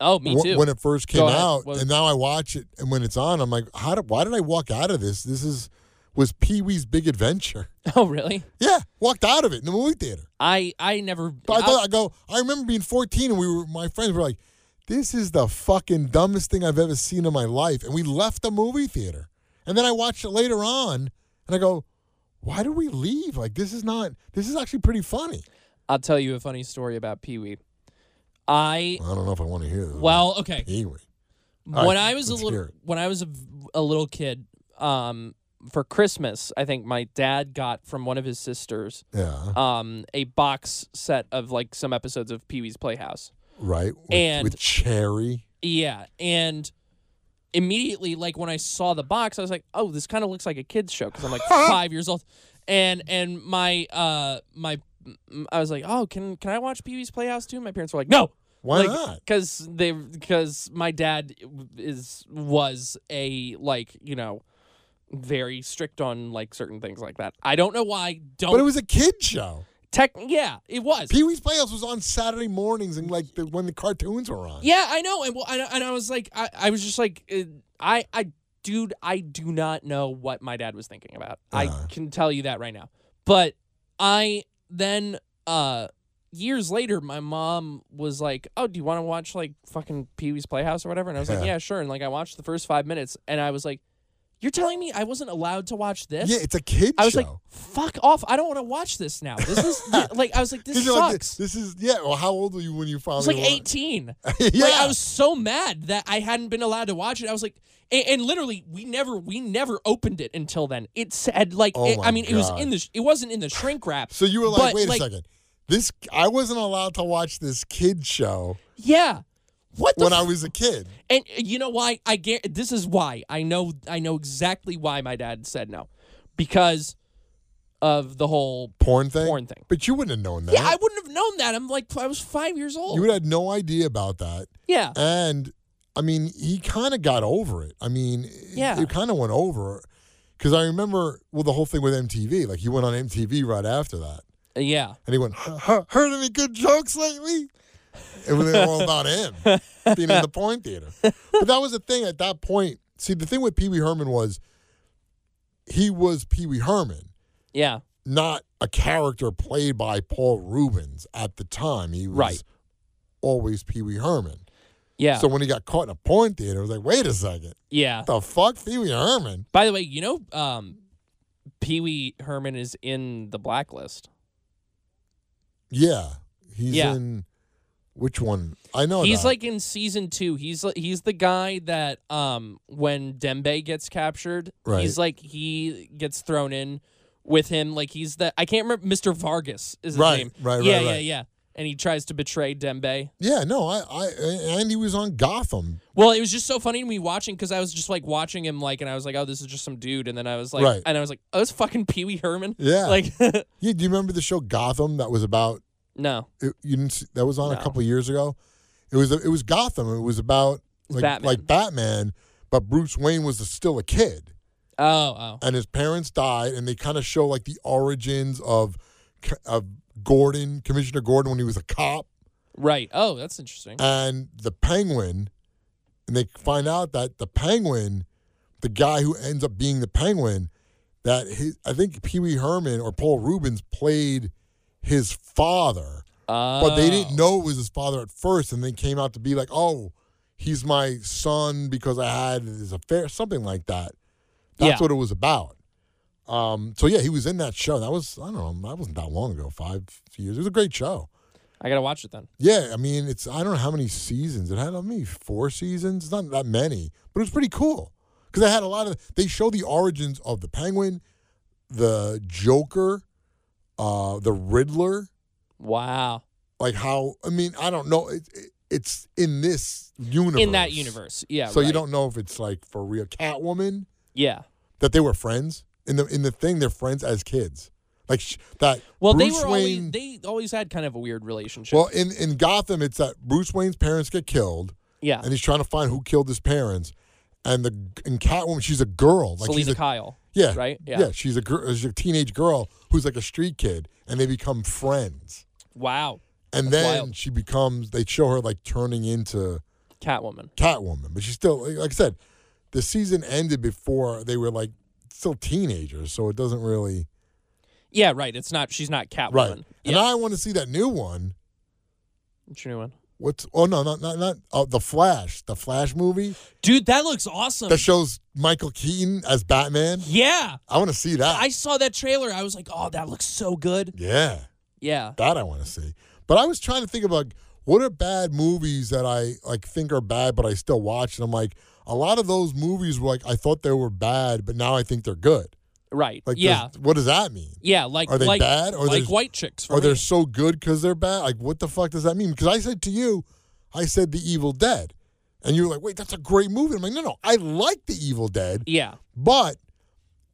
oh, me wh- too. when it first Go came ahead. out, What- and now I watch it, and when it's on, I'm like, how did, why did I walk out of this? This is was Pee Wee's Big Adventure. <laughs> <laughs> oh, really? Yeah, walked out of it in the movie theater. I I never. But I I'll- thought I go. I remember being 14, and we were my friends were like, "This is the fucking dumbest thing I've ever seen in my life," and we left the movie theater. And then I watched it later on, and I go, "Why did we leave? Like this is not. This is actually pretty funny." I'll tell you a funny story about Pee Wee. I I don't know if I want to hear this. well, okay. Pee Wee. All when right, I was a let's hear little it. when I was a, v- a little kid, um, for Christmas, I think my dad got from one of his sisters Yeah. um a box set of like some episodes of Pee Wee's Playhouse. Right. With, and- with Cherry. Yeah, and immediately, like when I saw the box, I was like, "Oh, this kind of looks like a kids show," because I'm like five years old, and and my uh my m- I was like, "Oh, can can I watch Pee Wee's Playhouse too?" My parents were like, "No." Why not? Because they because my dad is was a like you know very strict on like certain things like that. I don't know why. Don't But it was a kid show. tech. Yeah, it was. Pee Wee's Playhouse was on Saturday mornings and like the, when the cartoons were on. Yeah, I know. And well, and, and I was like, I, I was just like, uh, I, I, dude, I do not know what my dad was thinking about. Uh-huh. I can tell you that right now. But I then, uh, years later, my mom was like, "Oh, do you want to watch like fucking Pee Wee's Playhouse or whatever?" And I was like, <laughs> Yeah. "Yeah, sure." And like, I watched the first five minutes, and I was like, "You're telling me I wasn't allowed to watch this?" Yeah, it's a kid I was show. like, "Fuck off! I don't want to watch this now. <laughs> This is like, I was like, 'Cause this you're like, sucks." this is yeah. Well, how old were you when you I was finally? like wa- 18. <laughs> yeah, Like I was so mad that I hadn't been allowed to watch it. I was like, and, and literally, we never, we never opened it until then. It said like, Oh it- my I mean, it was God. in the, sh- it wasn't in the shrink wrap. So you were like, but, wait a second. This I wasn't allowed to watch this kid show Yeah. What the when I f- was a kid. and uh, you know why I get this is why I know I know exactly why my dad said no because of the whole Porn thing. Porn thing. But you wouldn't have known that. yeah I wouldn't have known that I'm like I was five years old you would have had no idea about that. yeah And I mean, he kind of got over it. I mean, Yeah. yeah. it kind of went over because I remember well the whole thing with MTV. Like he went on MTV right after that. Yeah. And he went, "Huh, huh, heard any good jokes lately? It was all about him being <laughs> in the porn theater. But that was the thing at that point. See, the thing with Pee Wee Herman was he was Pee Wee Herman, Yeah. not a character played by Paul Rubens at the time. He was Right. always Pee Wee Herman. Yeah. So when he got caught in a porn theater, it was like, wait a second. yeah. What the fuck? Pee Wee Herman? By the way, you know, um, Pee Wee Herman is in the blacklist. Yeah. He's Yeah. in which one? I know He's that. like in season two. He's li- he's the guy that um when Dembe gets captured, Right. he's like he gets thrown in with him. Like he's the I can't remember. Mr. Vargas is his Right, name. right, right, Yeah. Yeah. right. Yeah. And he tries to betray Dembe. Yeah, no, I, I, and he was on Gotham. Well, it was just so funny to me watching because I was just like watching him, like, and I was like, oh, this is just some dude, and then I was like, Right. and I was like, oh, it's fucking Pee Wee Herman. Yeah. Like, <laughs> Yeah, do you remember the show Gotham that was about? no, It, you didn't see, that was on a No. couple years ago. It was it was Gotham. It was about like Batman. like Batman, but Bruce Wayne was still a kid, oh, oh, and his parents died, and they kind of show like the origins of C- of Gordon, Commissioner Gordon, when he was a cop, right. Oh, that's interesting. and the Penguin, and they find out that the Penguin, the guy who ends up being the Penguin, that his, I think Pee Wee Herman or Paul Rubens played his father. But they didn't Oh. know it was his father at first, and then came out to be like, oh, he's my son because I had his affair, something like that. That's Yeah. what it was about. Um, so yeah, he was in that show. That was I don't know, that wasn't that long ago, five years. It was a great show. I gotta watch it then. Yeah, I mean it's I don't know how many seasons it had. How many four seasons? It's not that many, but it was pretty cool because they had a lot of. They show the origins of the Penguin, the Joker, uh, the Riddler Wow. like how I mean I don't know it, it, it's in this universe In that universe, yeah. so you right. don't know if it's like for real Catwoman Yeah. that they were friends in the in the thing they're friends as kids like sh- that Well, Bruce they were Wayne always they always had kind of a weird relationship. well in in Gotham it's that Bruce Wayne's parents get killed yeah. and he's trying to find who killed his parents and the and Catwoman she's a girl like she's Selena a, Kyle. yeah Right. yeah. she's a girl she's a teenage girl who's like a street kid and they become friends Wow. and That's then wild. she becomes they show her like turning into Catwoman. Catwoman, but she's still like I said, the season ended before they were like still teenagers, so it doesn't really Yeah. Right. It's not. She's not Catwoman. right. And Yeah. I want to see that new one. What's your new one? What's oh no not not not oh, the Flash, the Flash movie Dude, that looks awesome. that shows Michael Keaton as Batman. yeah. I want to see that. I saw that trailer. I was like, oh, that looks so good. yeah, Yeah. that I want to see. But I was trying to think about what are bad movies that I like think are bad, but I still watch, and I'm like. A lot of those movies were like I thought they were bad, but now I think they're good. Right. Like, yeah. does- what does that mean? Yeah. Like Are they like, bad? Or like there's- white chicks? For or they're me. so good because they're bad. Like, what the fuck does that mean? Because I said to you, I said The Evil Dead, and you were like, "Wait, that's a great movie." I'm like, "No, no, I like The Evil Dead, Yeah. but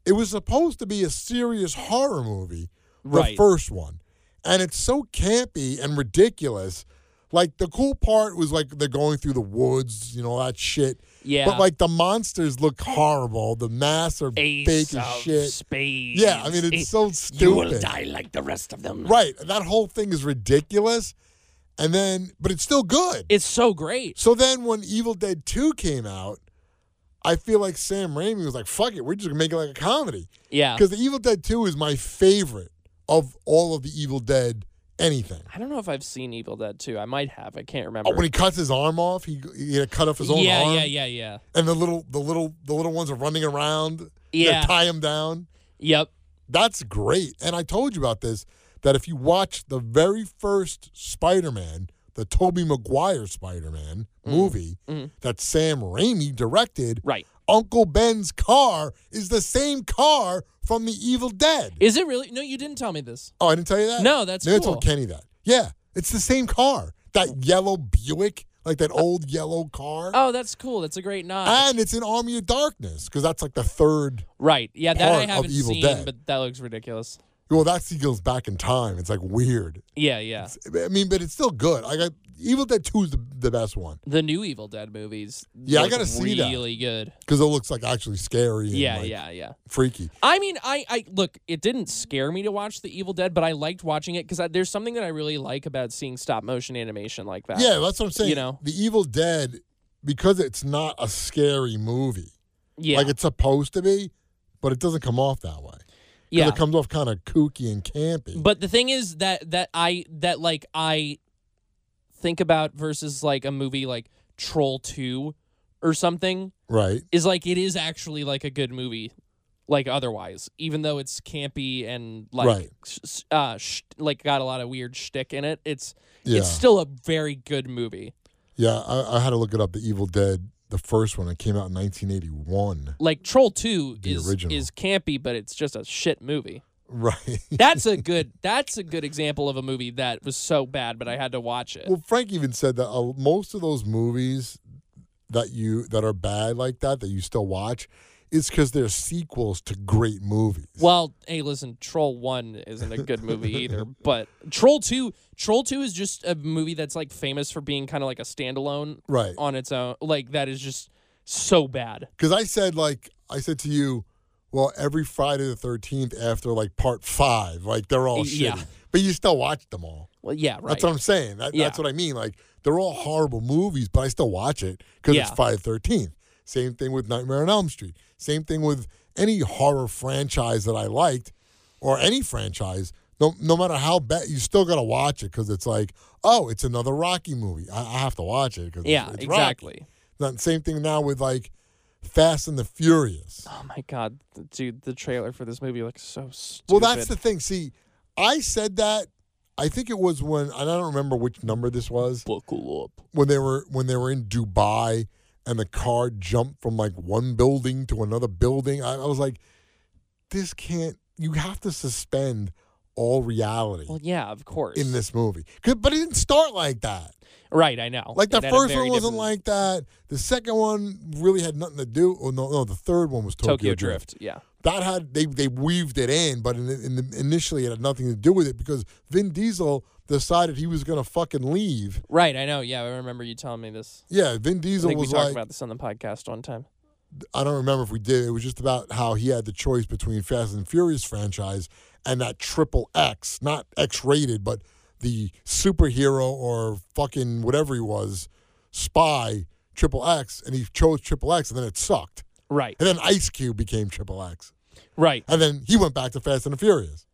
it was supposed to be a serious horror movie, the Right. first one, and it's so campy and ridiculous." Like the cool part was like they're going through the woods, you know that shit. Yeah. But like the monsters look horrible. The masks are Ace fake as of shit. Spades. Yeah, I mean it's so stupid. like the rest of them. Right. That whole thing is ridiculous. And then, but it's still good. It's so great. so then when Evil Dead 2 came out, I feel like Sam Raimi was like, fuck it, we're just going to make it like a comedy. Yeah. Because The Evil Dead 2 is my favorite of all of the Evil Dead anything. I don't know if I've seen Evil Dead 2. I might have. I can't remember. Oh, when he cuts his arm off, he, he had to cut off his own yeah, arm. yeah, yeah, yeah. And the little, the little, the little ones are running around. They Yeah. tie him down. Yep. That's great. And I told you about this that if you watch the very first Spider Man, the Tobey Maguire Spider Man movie that Sam Raimi directed, Mm-hmm. Right. Uncle Ben's car is the same car from The Evil Dead. Is it really? No, you didn't tell me this. oh, I didn't tell you that? No, that's Maybe I cool. told Kenny that. Yeah, it's the same car. That yellow Buick, like that old yellow car. Oh, that's cool. That's a great nod. and it's in Army of Darkness because that's like the third right. Yeah, that part I of haven't Evil seen, Dead. but that looks ridiculous. Well, that sequel's back in time. It's like weird. Yeah, yeah. I mean, but it's still good. I got Evil Dead Two is the, the best one The new Evil Dead movies. Yeah, I look gotta see that. Really good. because it looks like actually scary. And Yeah, like, yeah, yeah. freaky. I mean, I, I look. It didn't scare me to watch The Evil Dead, but I liked watching it because there's something that I really like about seeing stop motion animation like that. Yeah, that's what I'm saying. You know. The Evil Dead because it's not a scary movie yeah, like it's supposed to be, but it doesn't come off that way. 'Cause yeah. it comes off kind of kooky and campy. But the thing is that that I that like I think about versus like a movie like Troll 2 or something right? is like it is actually like a good movie like otherwise even though it's campy and like Right. s- s- uh sh- like got a lot of weird shtick in it it's Yeah. it's still a very good movie Yeah, I, I had to look it up. The Evil Dead, the first one, it came out in 1981. like Troll 2 The is original. is campy but it's just a shit movie <laughs> Right. that's a good <laughs> that's a good example of a movie that was so bad but I had to watch it Well, Frank even said that uh, most of those movies that you that are bad like that that you still watch, it's because they're sequels to great movies. Well, hey, listen, Troll One isn't a <laughs> good movie either, but Troll Two, Troll Two is just a movie that's like famous for being kind of like a standalone Right. on its own. Like that is just so bad. Because I said like I said to you, well, every Friday the 13th after like part five, like they're all Yeah. shitty, but you still watch them all. Well, yeah, right. That's what I'm saying. That, Yeah. That's what I mean. Like they're all horrible movies, but I still watch it because it's Yeah. Friday Thirteenth. Same thing with Nightmare on Elm Street. Same thing with any horror franchise that I liked, or any franchise. No, no matter how bad, you still gotta watch it because it's like, oh, it's another Rocky movie. I, I have to watch it because yeah, it's, it's exactly. Rocky. Now, same thing now with like Fast and the Furious. Oh my god, th- dude, the trailer for this movie looks so stupid. Well, that's the thing. See, I said that. I think it was when and I don't remember which number this was. buckle up. when they were when they were in Dubai and the car jumped from like one building to another building. I, I was like, this can't. You have to suspend all reality Well, yeah, of course. in this movie. 'Cause- But it didn't start like that. right, I know. Like the It had a first one very wasn't different like that. The second one really had nothing to do. Oh no, no, the third one was Tokyo, Tokyo Drift. Yeah, That had they they weaved it in, but in, the- in the, initially it had nothing to do with it because Vin Diesel decided he was gonna fucking leave. right, I know. Yeah, I remember you telling me this. Yeah, Vin I Diesel think we was talked like, about this on the podcast one time. I don't remember if we did. It was just about how he had the choice between Fast and Furious franchise and that triple X, not X rated, but the superhero or fucking whatever he was, spy triple X, and he chose triple X, and then it sucked. Right, And then Ice Cube became triple X, right. and then he went back to Fast and the Furious.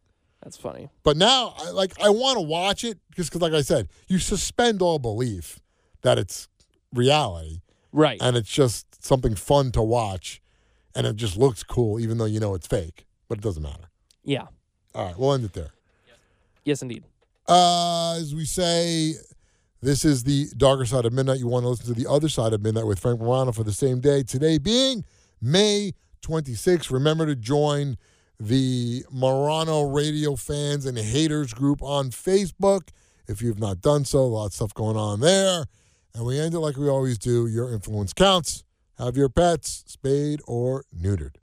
That's funny. But now, I, like, I want to watch it just because, like I said, you suspend all belief that it's reality Right. and it's just something fun to watch and it just looks cool even though you know it's fake but it doesn't matter Yeah. all right we'll end it there Yes, indeed. uh, as we say this is the darker side of midnight you want to listen to the other side of midnight with frank morano for the same day today being may 26th remember to join the morano radio fans and haters group on facebook if you've not done so a lot of stuff going on there and we end it like we always do your influence counts have your pets spayed or neutered